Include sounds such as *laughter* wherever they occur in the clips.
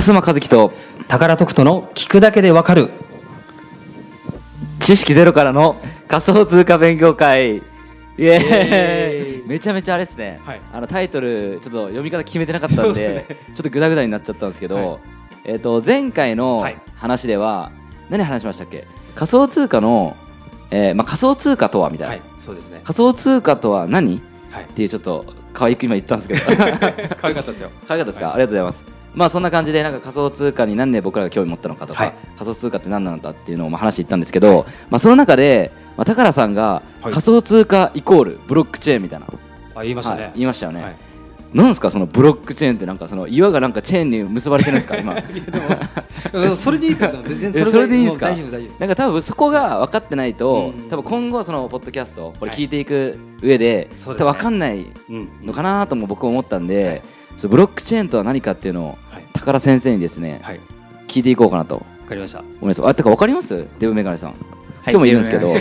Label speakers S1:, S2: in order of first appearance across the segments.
S1: 須磨和樹と
S2: 宝徳人の聞くだけでわかる
S1: 知識ゼロからの仮想通貨勉強会イエーイめちゃめちゃあれですね、
S2: はい
S1: あのタイトルちょっと読み方決めてなかったんで、ちょっとグダグダになっちゃったんですけど、
S2: は
S1: えっと前回の
S2: はい
S1: 話では、何話しましたっけ仮想通貨の、えーまあ、仮想通貨とはみたいな、
S2: はいそうですね
S1: 仮想通貨とは何っ
S2: はい
S1: ていうちょっと可愛く今言ったんですけど
S2: 可愛かったです
S1: *laughs*
S2: よ
S1: 可愛かったですか、ありがとうございます。まあそんな感じでなんか仮想通貨になんで僕らが興味持ったのかとか、
S2: はい
S1: 仮想通貨って何なんだっていうのをまあ話していったんですけど、まあその中で、まあ、宝さんが
S2: はい
S1: 仮想通貨イコールブロックチェーンみたいな、
S2: あ言いましたね、
S1: はい言いましたよね。
S2: はい
S1: なんですかそのブロックチェーンってなんかその岩がなんかチェーンに結ばれてるんですか今
S3: うんそれでいいですよ、でも全
S1: え
S3: 然
S1: それでいいんで
S3: も
S1: す
S3: う
S1: か
S3: 大丈夫、大丈夫です。
S1: なんか多分そこが分かってないと、
S2: うん
S1: 多分今後そのポッドキャストこれ聞いていく上で、
S2: そうですね
S1: 多分分かんない
S2: うん
S1: のかなとも僕は思ったんで、そのブロックチェーンとは何かっていうのを
S2: はい
S1: 宝先生にですね、
S2: はいわ
S1: 聞いていこうかなと
S2: かりました
S1: ごめんなさい。あ、てかわかりますデブメガネさん。今日もいるんですけど、どうで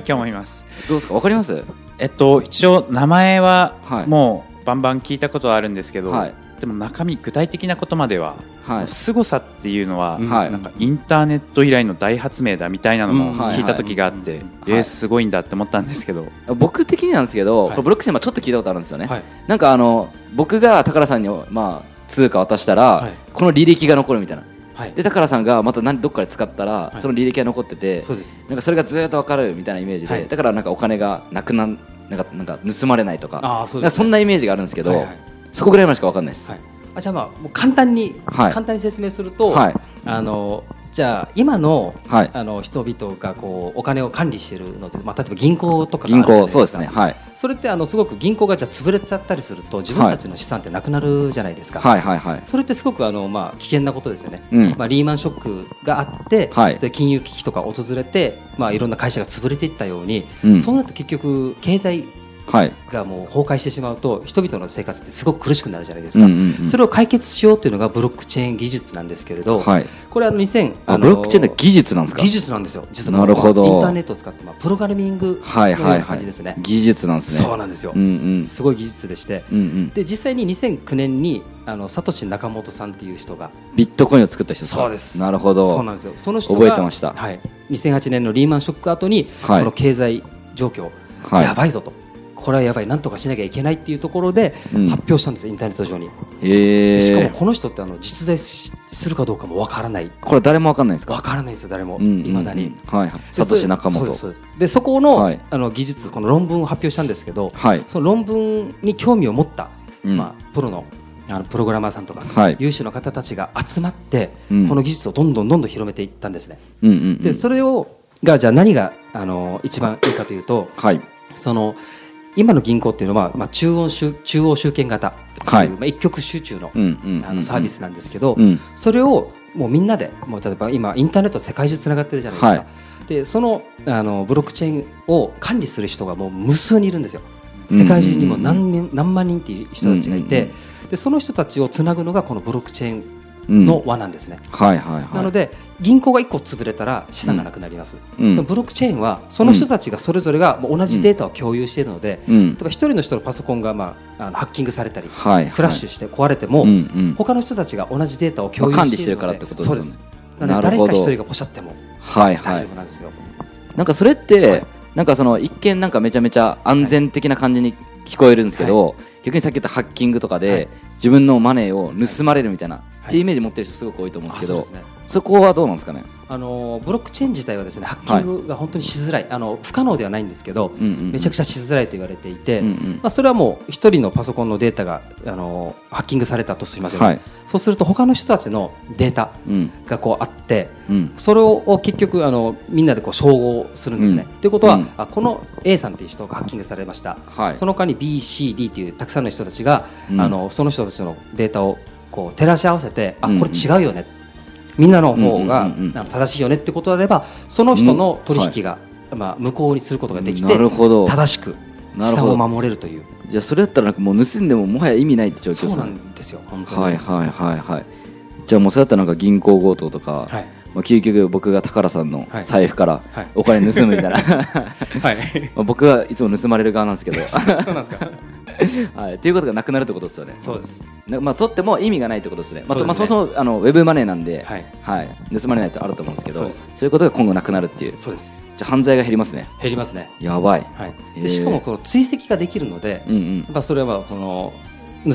S1: *laughs*
S4: *laughs* 今日もいます。
S1: すかわかります
S4: えっと一応名前
S1: は
S4: はいもうバンバン聞いたことはあるんですけど、
S1: はい
S4: でも中身具体的なことまでは、
S1: はい。
S4: 凄さっていうのは、
S1: はい
S4: なんかインターネット以来の大発明だみたいなのも
S1: うんはい
S4: 聞いた時があって、
S1: い
S4: えーすごいんだって思ったんですけど、
S1: 僕的になんですけど、
S2: い
S1: これブロックチェーンはちょっと聞いたことあるんですよね。
S2: はい
S1: なんかあの、僕が宝さんに、まあ、通貨渡したら、
S2: はい
S1: この履歴が残るみたいな。
S2: はい
S1: で、宝さんがまた何どっかで使ったら、
S2: い
S1: その履歴が残ってて、
S2: そうです
S1: なんかそれがずっとわかるみたいなイメージで、
S2: はい
S1: だからなんかお金がなくなん、なんか、なんか盗まれないとか、
S2: あーそうですね
S1: なんかそんなイメージがあるんですけど、
S2: はいはい
S1: そこぐらいまでしかわかんないです。
S2: は
S1: はいい。
S3: あじゃあ、まあ、もう簡単に、
S1: はい
S3: 簡単に説明すると、
S1: はい
S3: あのじゃあ、今の,、
S1: はい
S3: あの人々がこうお金を管理しているので、まあ、例えば銀行とかが
S1: 銀
S3: あるじゃない
S1: 行、そうですね。
S3: か
S1: はい。
S3: それってあのすごく銀行がじゃあ潰れちゃったりすると、自分たちの資産ってなくなるじゃないですか。
S1: はいはいはい。
S3: それってすごくあの、まあ、危険なことですよね、
S1: うん
S3: まあ、リーマンショックがあって、
S1: はい
S3: それ金融危機とか訪れて、まあ、いろんな会社が潰れていったように、
S1: うん
S3: そうなると結局経済
S1: はい。
S3: がもう崩壊してしまうと人々の生活ってすごく苦しくなるじゃないです
S1: うん
S3: か、
S1: うんうん
S3: それを解決しようというのがブロックチェーン技術なんですけれど、
S1: はい
S3: これは2000
S1: あ
S3: あの
S1: ブロックチェーンって技術なんですか
S3: 技術なんですよ実は
S1: なるほど
S3: まあインターネットを使って、まあ、プログラミングの
S1: はい
S3: よう
S1: はい
S3: な
S1: は
S3: 感
S1: い
S3: じですね、
S1: 技術なんですね
S3: そうなんですよ、
S1: うんうん
S3: すごい技術でして、
S1: うんうん
S3: で実際に2009年にあのサトシ仲本さんっていう人が
S1: ビットコインを作った人か
S3: そうです
S1: なるほど
S3: そうなんですよその人が
S1: 覚えてました
S3: はい、2008年のリーマンショック後に、
S1: はい
S3: この経済状況、
S1: はい
S3: やばいぞとこれはやばいなんとかしなきゃいけないっていうところで
S1: うん
S3: 発表したんです、インターネット上に、
S1: へ
S3: で
S1: え
S3: しかもこの人ってあの実在しするかどうかもわからない
S1: これ誰もわかんないです
S3: わ
S1: か
S3: からないんですよ誰も
S1: うんうんうん
S3: いまだに。
S1: はいはい
S3: で
S1: サトシ仲
S3: そう
S1: 本
S3: ですそうですでそこの,、
S1: はい
S3: あの技術この論文を発表したんですけど、
S1: はい
S3: その論文に興味を持った、
S1: うん
S3: まあ、プロのあのプログラマーさんとか、
S1: はい
S3: 優秀な方たちが集まって、
S1: うん
S3: この技術をどんどんどんどん広めていったんですね。
S1: うんうんうん
S3: でそれをがじゃあ何があの一番いいかというと
S1: はい
S3: その今の銀行っていうのは、まあ、中央集中央集権型と
S1: は
S3: いう
S1: い
S3: まあ、一極集中の,、
S1: うんうんうん
S3: あのサービスなんですけど、
S1: うん
S3: それをもうみんなでもう例えば今インターネット世界中つながってるじゃないですか、
S1: はい
S3: でそのあのブロックチェーンを管理する人がもう無数にいるんですよ世界中にも何,、何万人っていう人たちがいて、
S1: うんうん
S3: でその人たちをつなぐのがこのブロックチェー
S1: うん
S3: ンの輪なんですね。
S1: はいはいはい
S3: なので銀行が1個潰れたら資産がなくなります、
S1: うん
S3: でもブロックチェーンはその人たちがそれぞれがもう同じデータを共有しているので、
S1: うん
S3: 例えば1人の人のパソコンが、まあ、あのハッキングされたり、
S1: はいはい
S3: クラッシュして壊れても、
S1: うんうん
S3: 他の人たちが同じデータを共有
S1: まあ管理し
S3: しててい
S1: る
S3: るので、
S1: からってことですよね
S3: そうですなので
S1: なる
S3: 誰
S1: ほ
S3: か
S1: ど
S3: 1人がポシャっても
S1: はいは
S3: 大
S1: い
S3: 丈夫なんですよ、
S1: なんかそれって、なんかその一見なんかめちゃめちゃ安全的な感じに聞こえるんですけど、逆にさっき言ったハッキングとかで、
S3: はい
S1: 自分のマネーを盗まれるみたいな、
S3: い
S1: っていうイメージ持ってる人すごく多いと思うんですけど、
S3: あそうですね
S1: そこはどうなんですかね
S3: あのブロックチェーン自体はですねハッキングが本当にしづらい、あの不可能ではないんですけど、
S1: んうんうん
S3: めちゃくちゃしづらいと言われていて、
S1: うんうん
S3: まあ、それはもう一人のパソコンのデータがあのハッキングされたとしましょう、
S1: はい
S3: そうすると他の人たちのデータ
S1: うん
S3: がこうあって、
S1: うん
S3: それを結局あのみんなでこう照合するんですね。
S1: うん
S3: ということは、
S1: うん
S3: あこの A さんという人がハッキングされました、
S1: はい
S3: その他に BCD というたくさんの人たちが、
S1: うん
S3: あのその人たちのデータをこう照らし合わせて、
S1: うんうん
S3: あこれ違うよねみんなの方が、
S1: うんうんうんうん
S3: あの正しいよねってことであればその人の取引が、まあ、無効にすることができて
S1: なるほど
S3: 正しく
S1: な
S3: 資
S1: るほ
S3: 産
S1: ど
S3: を守れるという
S1: じゃあそれだったらなんかもう盗んでももはや意味ないって状況です
S3: そう
S1: ね
S3: なんですよ本当に、
S1: はいはいはいはいじゃあもうそれだったらなんか銀行強盗とか、
S3: はい
S1: まあ、究極僕が宝さんの
S3: はい
S1: 財布から
S3: はい *laughs*
S1: お金盗むみたいな、
S2: はい
S1: まあ僕はいつも盗まれる側なんですけど
S2: そうなんですか
S1: *laughs* はい、っていうことがなくなるってことですよね。
S2: そうです。
S1: なまあ、取っても意味がないってことですね。まあ、
S2: そう
S1: ま
S2: で
S1: あ、
S2: す
S1: そ
S2: ね
S1: もそもあのウェブマネーなんで、は
S2: はいい、
S1: 盗まれないってあると思うんですけど、
S2: そ
S1: そうう
S2: です
S1: いうことが今後なくなるっていう。じ
S2: そうです。
S1: ゃあ犯罪が減りますね。
S2: 減りますね。
S1: やばい。
S2: はい。
S1: へ
S3: で
S1: ー
S3: しかもこの追跡ができるので、
S1: うんう
S3: や
S1: ん
S3: っぱそれはその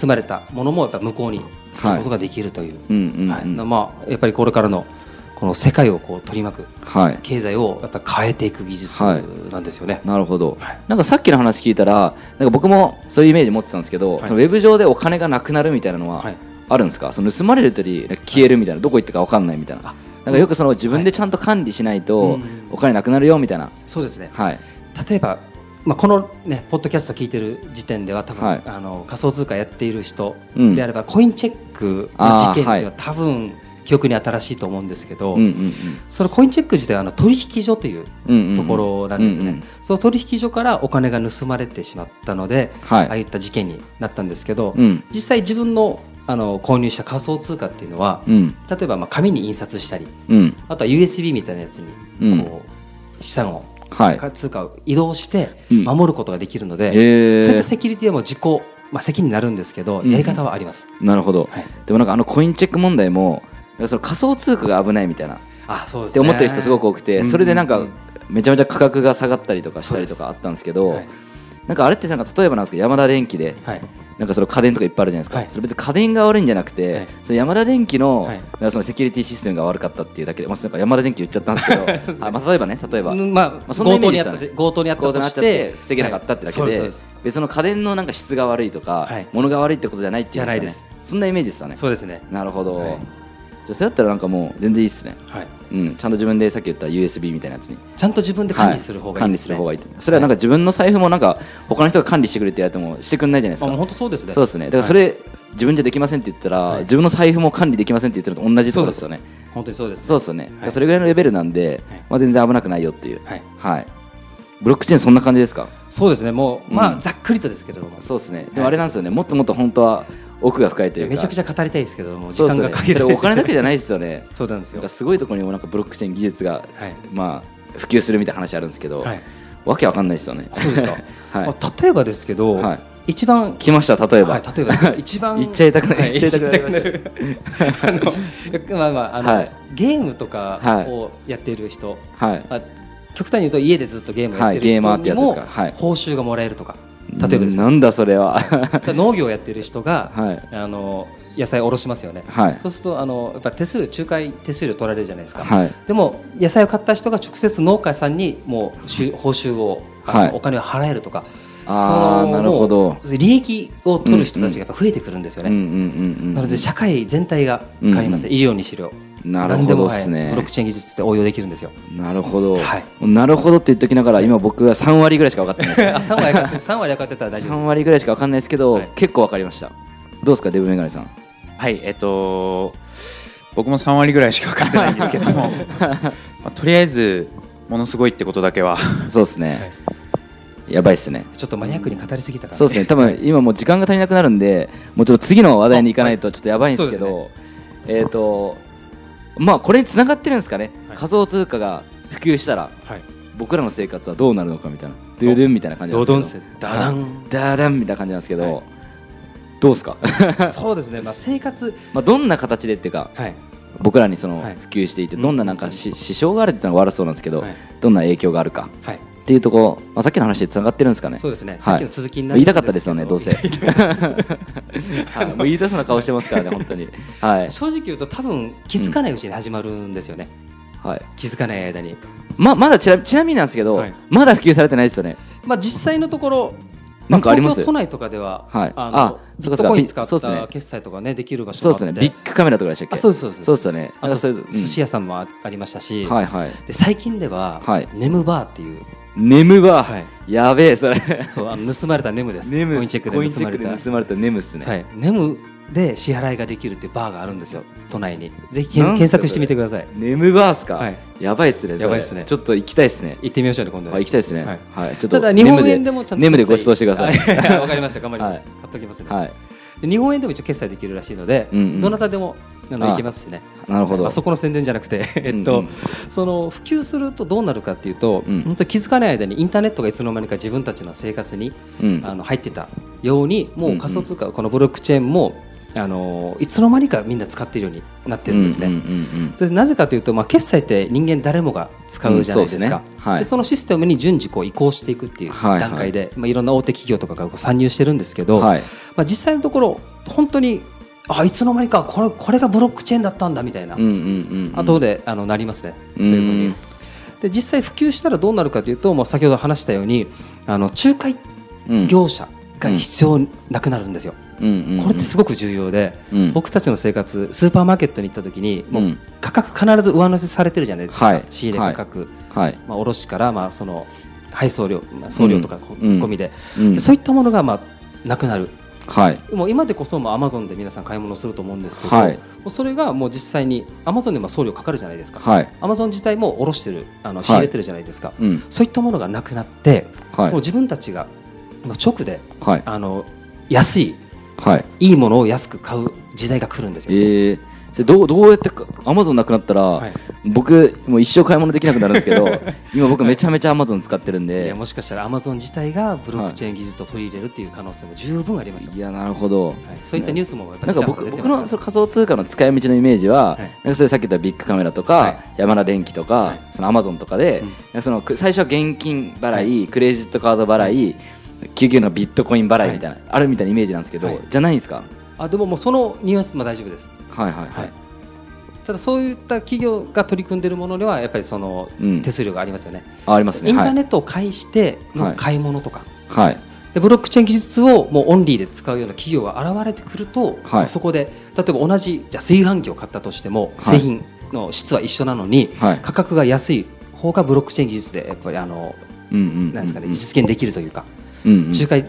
S3: 盗まれたものもやっぱ向こうにすることができるという、
S1: うんうんうん
S3: はいまあ、やっぱりこれからのこの世界をこう取り巻く
S1: はい。
S3: 経済をやっぱ変えていく技術
S1: はい
S3: なんですよね。
S1: なるほど、
S3: はい
S1: なんかさっきの話聞いたらなんか僕もそういうイメージ持ってたんですけど、そのウェブ上でお金がなくなるみたいなのは
S3: はい
S1: あるんですか、その盗まれるとり消えるみたいなどこ行ったか分かんないみたいななんかよくその自分でちゃんと管理しないとお金なくなるよみたいな、
S3: そうですね
S1: はい
S3: 例えば、まあ、この、ね、ポッドキャスト聞いてる時点では多分、
S1: はい
S3: あの仮想通貨やっている人
S1: うん
S3: であれば、コインチェックの事件っていうのは多分記憶に新しいと思うんですけど、
S1: うんうん
S3: そのコインチェック自体はあの取引所という
S1: うんうんうん
S3: ところなんですね、
S1: うんうん
S3: その取引所からお金が盗まれてしまったので、
S1: はい
S3: ああいった事件になったんですけど、
S1: うん
S3: 実際自分のあの購入した仮想通貨っていうのは、
S1: うん
S3: 例えばまあ紙に印刷したり
S1: うん
S3: あとは USB みたいなやつ
S1: うん
S3: にこう資産を、
S1: はい
S3: 通貨を移動して
S1: うん
S3: 守ることができるので、
S1: へー
S3: そういったセキュリティはもう自己、まあ、責任になるんですけど、
S1: うん
S3: やり方はあります。
S1: なるほど、
S3: はい
S1: でもなんかあのコインチェック問題もなんかその仮想通貨が危ないみたいな
S3: あそうで
S1: っ
S3: す
S1: て
S3: ね
S1: 思ってる人すごく多くてそれでなんかめちゃめちゃ価格が下がったりとかしたりとかあったんですけど
S3: そうですは
S1: なんかあれってなんか例えばなんですけど山田電機で
S3: はい
S1: なんかその家電とかいっぱいあるじゃないですか、
S3: はい
S1: それ別に家電が悪いんじゃなくて、
S3: はい
S1: その山田電機の,、
S3: はい
S1: そのセキュリティシステムが悪かったっていうだけで、まあ、なんか山田電機言っちゃったんですけ
S3: *laughs*
S1: どあ、まあ、例えばね例えば、
S3: うんまあ
S1: そんなイ
S3: 強
S1: メー
S3: 盗
S1: ジですよ
S3: にあった
S1: ね
S3: と強盗にあった
S1: 強盗
S3: と
S1: になっ
S3: し
S1: ちゃって
S3: て
S1: 防げなかったってだけ
S3: はい
S1: で,、
S3: そうですそうです
S1: 別の家電のなんか質が悪いとか、
S3: はい
S1: 物が悪いってことじゃないっていうこと
S3: じゃない
S1: で
S3: ですす
S1: よねそんなイメージですよね
S3: そうですね
S1: なるほど、
S3: はい
S1: じゃあそうやったらなんかもう全然いいっすね、
S3: はい
S1: うん、ちゃんと自分でさっき言った USB みたいなやつに
S3: ちゃんと自分で管理する方がいい
S1: 管
S3: で
S1: 理
S3: す
S1: す
S3: ね、
S1: る方がいいってそれはなんか自分の財布もなんか他の人が管理してくれってやってもしてくれないじゃないです
S3: あ
S1: か
S3: もう本当そうですね
S1: そうですね。だからそれ、自分じゃできませんって言ったら、
S3: はい
S1: 自分の財布も管理できませんって言ってるのと同じってことですよね。
S3: 本当にそうです
S1: そうですよね。だからそれぐらいのレベルなんで、
S3: はい
S1: まあ全然危なくないよっていう。
S3: はい
S1: はい。ブロックチェーンそんな感じですか。
S3: そうですねもう、ま
S1: う
S3: あ
S1: ん
S3: ざっくりとですけれども
S1: そうですね。でもあれなんですよね。もっともっと本当は奥が深いというか。
S3: めちゃくち
S1: ゃ
S3: ゃ語りたいですけども時
S1: そうで
S3: 間
S1: すよ
S3: が
S1: ね。
S3: かけ
S1: そ
S3: る
S1: れお金だけじゃないですよ
S3: *laughs*
S1: ね。
S3: そうなんです
S1: なん
S3: よ
S1: かすごいところにもなんかブロックチェーン技術が、
S3: はい
S1: まあ普及するみたいな話あるんですけど、
S3: はい
S1: わけわかんないですよね。
S3: そうですか、
S1: *laughs* はい
S3: まあ、例えばですけど、
S1: はい
S3: 一番
S1: 来ました例えば。
S3: はい例えばですね一番
S1: 言っちゃいたくない
S3: はい
S1: 言っちゃいたくなりました
S3: 言っちゃいたくなるあのまあまああの、
S1: はい
S3: ゲームとかをやっている人、
S1: はい。
S3: まあ、極端に言うと家でずっとゲームをやってる
S1: はいゲーマー
S3: 人
S1: って
S3: に
S1: やつで
S3: も
S1: すかはい
S3: 報酬がもらえるとか例えば *laughs* ですね
S1: なんだそれは。
S3: だから農業をやってる人が、
S1: はい
S3: あの野菜を卸しますよね、
S1: はい
S3: そうするとあのやっぱ手数仲介手数料取られるじゃないですか、
S1: はい
S3: でも野菜を買った人が直接農家さんにもう収報酬を、あの
S1: はい
S3: お金を払えるとか
S1: あー
S3: その
S1: なるほど
S3: もう利益を取る人たちがやっぱ増えてくるんですよね、
S1: うんうんうんうん。
S3: なので社会全体が変わりますね、医療にしろ
S1: なるほどっすね
S3: 何でもはいブロックチェーン技術って応用できるん
S1: *laughs*
S3: ですよ
S1: なるほど、
S3: はい
S1: なるほどって言っときながら今僕は3割ぐらいしか分かってない
S3: *laughs* あ3割は3割は買ってたら
S1: で
S3: 大
S1: す
S3: 丈
S1: 3
S3: 夫です
S1: 割ぐらいしか分かんないですけど、
S3: はい
S1: 結構分かりましたどうですかデブメガネさん
S4: はい、えっと、僕も3割ぐらいしか分かってないんですけど
S1: *laughs*
S4: も、まあ、とりあえず、ものすごいってことだけは、
S1: そうですね、やばいっすね
S3: ちょっとマニアックに語りすぎたから
S1: そうですね多分今もう時間が足りなくなるんでもうちょっと次の話題に行かないとちょっとやばいんですけど、えっ、とまあこれに繋がってるんですかね、
S2: はい
S1: 仮想通貨が普及したら *laughs*
S2: はい。
S1: 僕らの生活はどうなるのかみたいなドゥドゥンみたいな感じなんですけど
S3: ドドンダダ
S1: ダ
S3: ン
S1: ダンみたいな感じなんですけど、どうですか *laughs*
S3: そうですね、まあ、生活、
S1: まあどんな形でっていうか
S3: はい、
S1: 僕らにその
S3: はい
S1: 普及していてどんななんかし支障があるっていうのが悪そうなんですけど
S3: はい
S1: どんな影響があるか
S3: はい、
S1: っていうところ、まあ、さっきの話でつながってるんですかね
S3: そうですね
S1: はい
S3: さっきの続きにな
S1: 言
S3: るん
S1: いたかったですよねどう
S3: です
S1: せ
S3: *laughs*
S1: はいもう言いたそうな顔してますからね本当にはい、
S3: 正直言うと、多分気づかないうちに始まるんですよね、
S1: はい、
S3: 気づかない間に。
S1: ままだちなちなみになんですけど、
S2: はい
S1: まだ普及されてないですよね
S3: まあ、実際のところ、
S1: なんかあります
S3: 東京都内とかでは、
S1: はい
S3: あの
S1: あ
S3: ビ
S1: そうか
S3: ット
S1: そうか
S3: コイン
S1: ビ
S3: 使っ
S1: そうっすね
S3: た決済とかね、できる場所
S1: そうですね
S3: もあって
S1: ビッグカメラとかでしたっけ
S3: あそうですそうです
S1: そうですよね
S3: あ
S1: なんか
S3: と
S1: そういう、うん
S3: 寿司屋さんもあありましたし、
S1: はいはい
S3: で最近では、
S1: はい
S3: ネムバーっていう、
S1: 眠は、
S3: はい
S1: やべえそれ
S3: そうあの盗まれたネムで
S1: *laughs*
S3: す、
S1: ネム
S3: コインチェック
S1: コイン
S3: で
S1: チ
S3: 盗
S1: ェ
S3: ま
S1: ッ
S3: れ
S1: ク
S3: た
S1: で。盗まれたネムっすね、
S3: はい、ネムで支払いができるっていうバーがあるんですよ、都内に。ぜひ
S1: なんすか
S3: 検検索してみてください。
S1: ネムバースか、
S3: はい
S1: やばいっすねそれ
S3: やばいっすね
S1: ちょっと行きたいっすね
S3: 行ってみましょうね、今度
S1: あ行きたいっすね
S3: はい
S1: はい、ちょっと
S3: ただ日本円でもちゃんと
S1: ネムでネムでご馳走してください
S3: い *laughs* わかりました頑張ります、
S1: はい
S3: 買っときますね、
S1: はい
S3: で日本円でも一応決済できるらしいので、
S1: うんうん
S3: どなたでもあ
S1: あ
S3: の
S1: あ
S3: 行けますしね
S1: なるほど
S3: あそこの宣伝じゃなくて *laughs* えっと、
S1: うんうん
S3: その普及するとどうなるかっていうと、
S1: うん
S3: 本当気づかない間にインターネットがいつの間にか自分たちの生活に、
S1: うん
S3: あの入ってたようにもう仮想通貨、このブロックチェーンもあのいつの間にかみんな使っているようになってるんですね。
S1: うんうんうん
S3: それでなぜかというと、まあ、決済って人間誰もが使うじゃないです
S1: うんそう
S3: か
S1: で、すねはい
S3: でそのシステムに順次こう移行していくっていう
S1: はいはい
S3: 段階で、いまあ、いろんな大手企業とかがこう参入してるんですけ
S1: う
S3: ど、
S1: んはい
S3: まあ、実際のところ本当にあいつの間にかこれこれがブロックチェーンだったんだみたいな、
S1: うんうんうんうん
S3: 後であのなりますねそういうふう
S1: う
S3: に
S1: ん
S3: で実際普及したらどうなるかというと、まあ、先ほど話したようにあの仲介
S1: うん
S3: 業者が必要なくなるんですよ、
S1: うんうんうん
S3: これってすごく重要で、
S1: うん
S3: 僕たちの生活スーパーマーケットに行った時にも
S1: う
S3: うん価格必ず上乗せされてるじゃないですか、
S1: はい
S3: 仕入れ価格、
S1: はい
S3: まあ、卸からまあその配送料、まあ、送料とかこう
S1: うん
S3: 込みで,で、
S1: うん
S3: そういったものがまあなくなる
S1: はい
S3: もう今でこそもうアマゾンで皆さん買い物すると思うんですけど、
S1: はい
S3: もうそれがもう実際にアマゾンでまあ送料かかるじゃないですか、
S1: はい
S3: アマゾン自体も卸してるあの
S1: い
S3: 仕入れてるじゃないですか、
S1: うん
S3: そういったものがなくなって、
S1: はい
S3: もう自分たちがもう直で
S1: はい
S3: あの安い
S1: はい
S3: いいものを安く買う時代が来るんですよ。
S1: えー、それどうどうやってかアマゾンなくなったら、
S3: い
S1: 僕もう一生買い物できなくなるんですけ
S3: *laughs*
S1: ど今僕めちゃめちゃアマゾン使ってるん
S3: い
S1: で
S3: やもしかしたらアマゾン自体がブロックチェーン技術を取り入れるっていう可能性も十分ありますよ、
S1: いやなるほど、
S3: はいそういったニュースもやっぱ
S1: な
S3: り
S1: んか
S3: ちらほ
S1: 僕
S3: ら出て
S1: 僕
S3: ます
S1: のその仮想通貨の使い道のイメージは、
S3: はい
S1: なんかそれさっき言ったビッグカメラとか、
S3: はい
S1: ヤマダ電機とか、そのアマゾンとかで、なんかそのく最初は現金払い、クレジットカード払い、99のビットコイン払いみたいな、あるみたいなイメージなんですけど、
S3: はい
S1: じゃないんですか
S3: あでももうそのニュアンスも大丈夫です
S1: はいはいは
S3: はい
S1: い、、
S3: ただそういった企業が取り組んでいるものにはやっぱりその
S1: うん
S3: 手数料がありますよね、
S1: あありますね
S3: インター
S1: ネ
S3: ネットを介して
S1: は
S3: の
S1: い
S3: 買い物とか、
S1: はい、はい
S3: でブロックチェーン技術をもうオンリーで使うような企業が現れてくると、
S1: はい
S3: そこで例えば同じじゃあ炊飯器を買ったとしても、
S1: い
S3: 製品の質は一緒なのに、
S1: はい
S3: 価格が安い方がブロックチェーン技術でやっぱりあの
S1: うんうんうん
S3: なんですかね実現できるというか、
S1: うんうん
S3: 仲介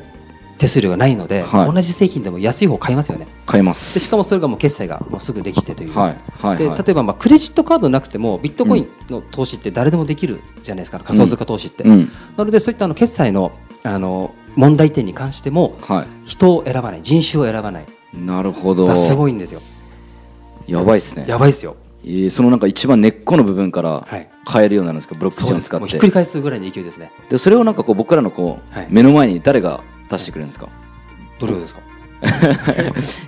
S3: 手数料がないので、
S1: はい
S3: 同じ製品でも安い方を買いますよね
S1: 買いま
S3: でし
S1: す
S3: かもそれがもう決済がもうすぐできてという、
S1: はいはい
S3: で
S1: はい
S3: 例えばまあクレジットカードなくてもビットコインの投資って誰でもできるじゃないですか、仮想通貨投資って、
S1: うん
S3: なのでそういったあの決済のあの問題点に関しても
S1: は
S3: 人を選ばない人種を選ばない
S1: いなるほど
S3: がすごいんですよ
S1: やばいですね
S3: やばいですよ
S1: えーそのなんか一番根っこの部分から
S3: はい
S1: 変えるようになるんですかブロックチェ
S3: そ
S1: ーン
S3: う
S1: を
S3: です
S1: 使
S3: もう
S1: っ
S3: ひ
S1: て
S3: っくり返すぐらいの勢いですね
S1: でそれをなんかこう僕らのこう、
S3: はい
S1: 目の前に誰が出してくれるんです
S3: *laughs*
S1: か、
S3: どれですか
S1: い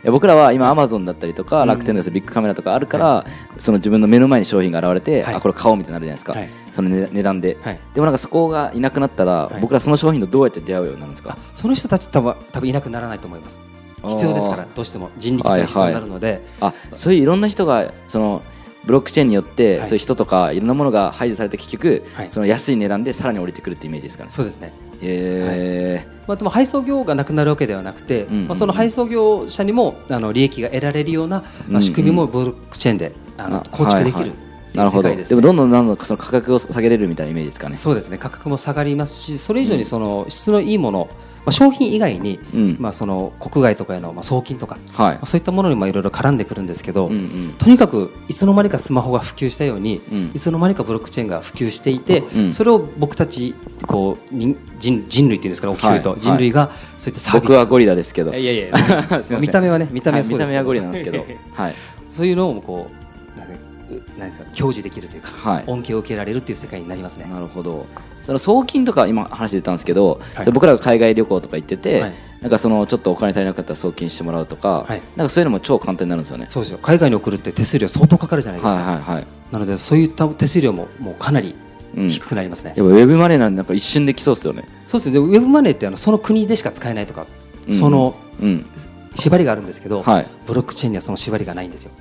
S1: や僕らは今アマゾンだったりとか楽天のビッグカメラとかあるから、その自分の目の前に商品が現れて、
S3: はい
S1: あこれ買おうみたいになるじゃないですか、
S3: はい
S1: その値値段で、
S3: はい
S1: でもなんかそこがいなくなったら、
S3: はい
S1: 僕らその商品とどうやって出会うようになるんですか
S3: その人たち多分多分いなくならないと思います
S1: あー
S3: 必要ですからどうしても人力っていうのは必要になるので、
S1: あそういういろんな人がそのブロックチェーンによって、
S3: はい
S1: そういう人とかいろんなものが排除されて結局、
S3: はい
S1: その安い値段でさらに降りてくるってイメージですかね
S3: そうですね
S1: え
S3: まあ、でも配送業がなくなるわけではなくて、
S1: んうんうん
S3: まあ、その配送業者にもあの利益が得られるような、
S1: うんう
S3: ま
S1: ん
S3: あ、仕組みもブロックチェーンであ
S1: あ
S3: の構築でき
S1: はい
S3: る
S1: はいないる
S3: ってう
S1: ほ
S3: 世
S1: ど
S3: 界です、
S1: でもどんどんどんどんその価格を下げれるみたいなイメージですかね
S3: そうですね価格も下がりますしそれ以上にその質のいいもの、まあ、商品以外に、
S1: うん
S3: まあ、その国外とかへの、まあ、送金とか、
S1: はい
S3: まあ、そういったものにもいろいろ絡んでくるんですけど、
S1: うんうん
S3: とにかくいつの間にかスマホが普及したように、
S1: うん
S3: いつの間にかブロックチェーンが普及していて、
S1: うん
S3: それを僕たちこう人人人類っていうんですから大きく言うと、
S1: はい
S3: 人類がそういったサービス
S1: 僕はゴリラですけど
S2: いやいやいや
S1: すいません
S3: 見た目はね見た目はそう
S1: はい見た目
S3: ですけど
S1: はゴリラなんですけ *laughs*
S3: *laughs*
S1: どはい
S3: そういうのをこうなんかうなんか享受できるというか、
S1: はい
S3: 恩恵を受けられるっていう世界になりますね。
S1: なるほどその送金とか今話出たんですけど、
S3: はい
S1: それ僕らが海外旅行とか行ってて、
S3: はい
S1: なんかそのちょっとお金足りなかったら送金してもらうとか、
S3: はい
S1: なんかそういうのも超簡単になるんですよね
S3: そうですよ海外に送るって手数料相当かかるじゃないで
S1: は
S3: す
S1: い
S3: か、
S1: はいはい
S3: なのでそういった手数料ももうかなり
S1: うん
S3: 低くなりますね、
S1: やっぱウェブマネーなんてなんか一瞬できそうですよね
S3: そうですねでウェブマネーってあのその国でしか使えないとか、
S1: うん
S3: その
S1: うん
S3: 縛りがあるんですけど、
S1: はい
S3: ブロックチェーンにはその縛りがないんですよ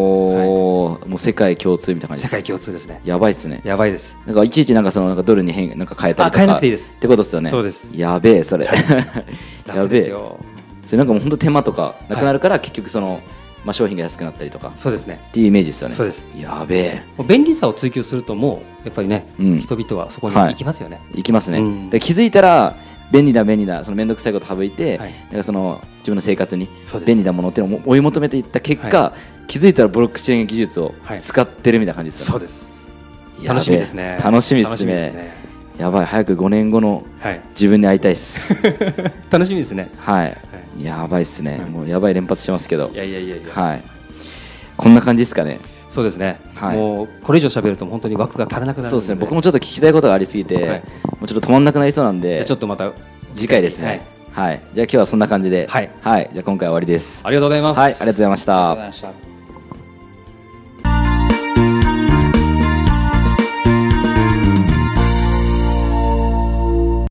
S1: おー、もう世界共通みたいな感じ
S3: 世
S1: です
S3: 界共通ですね
S1: やばいっすね
S3: やばいです
S1: なんかいちいちなんかそのなんかドルに変なんか変えたりとか
S3: あ変えなくていいです
S1: ってことですよね
S3: そうです
S1: やべえそれや
S3: *laughs*
S1: べ
S3: 楽で
S1: え
S3: すよ
S1: それなんかもう本当手間とかなくなるから、結局その、まあ、商品が安くなったりとかっ
S3: そうですね
S1: ていうイメージですよね
S3: そうです
S1: やべえ
S3: もう便利さを追求するともうやっぱりね、
S1: うん
S3: 人々はそこに
S1: はい
S3: 行きますよね、
S1: いきますね、
S3: うん
S1: で気づいたら便利だ便利だその面倒くさいこと省いて、
S3: はい
S1: なんかその自分の生活に
S3: そうです
S1: 便利なものっていうのを追い求めていった結果、気づいたらブロックチェーン技術を
S3: はい
S1: 使ってるみたいな感じですよ
S3: そう
S1: ね、
S3: です
S1: やべえ
S3: 楽しみですね
S1: 楽しみですね
S3: 楽しみですね
S1: やばい早く5年後の
S3: はい *laughs*
S1: 自分に会いたいっす
S3: 楽しみですね
S1: はい、やばいっすね、もうやばい連発してますけど
S3: いやいやいやいや、
S1: はいこんな感じですかね
S3: そうですね、
S1: はい
S3: もうこれ以上喋ると本当に枠が足らなくなるの
S1: そうですね僕もちょっと聞きたいことがありすぎて、
S3: はい
S1: もうちょっと止まんなくなりそうなん
S3: じゃ
S1: で
S3: あちょっとまた
S1: 次回ですね、
S3: はいはい。じゃあ今日はそんな感じで。
S1: はい。
S3: はい。じゃあ今回は終わりです。
S1: ありがとうございます。
S3: はい。ありがとうございました。
S4: りがとうございました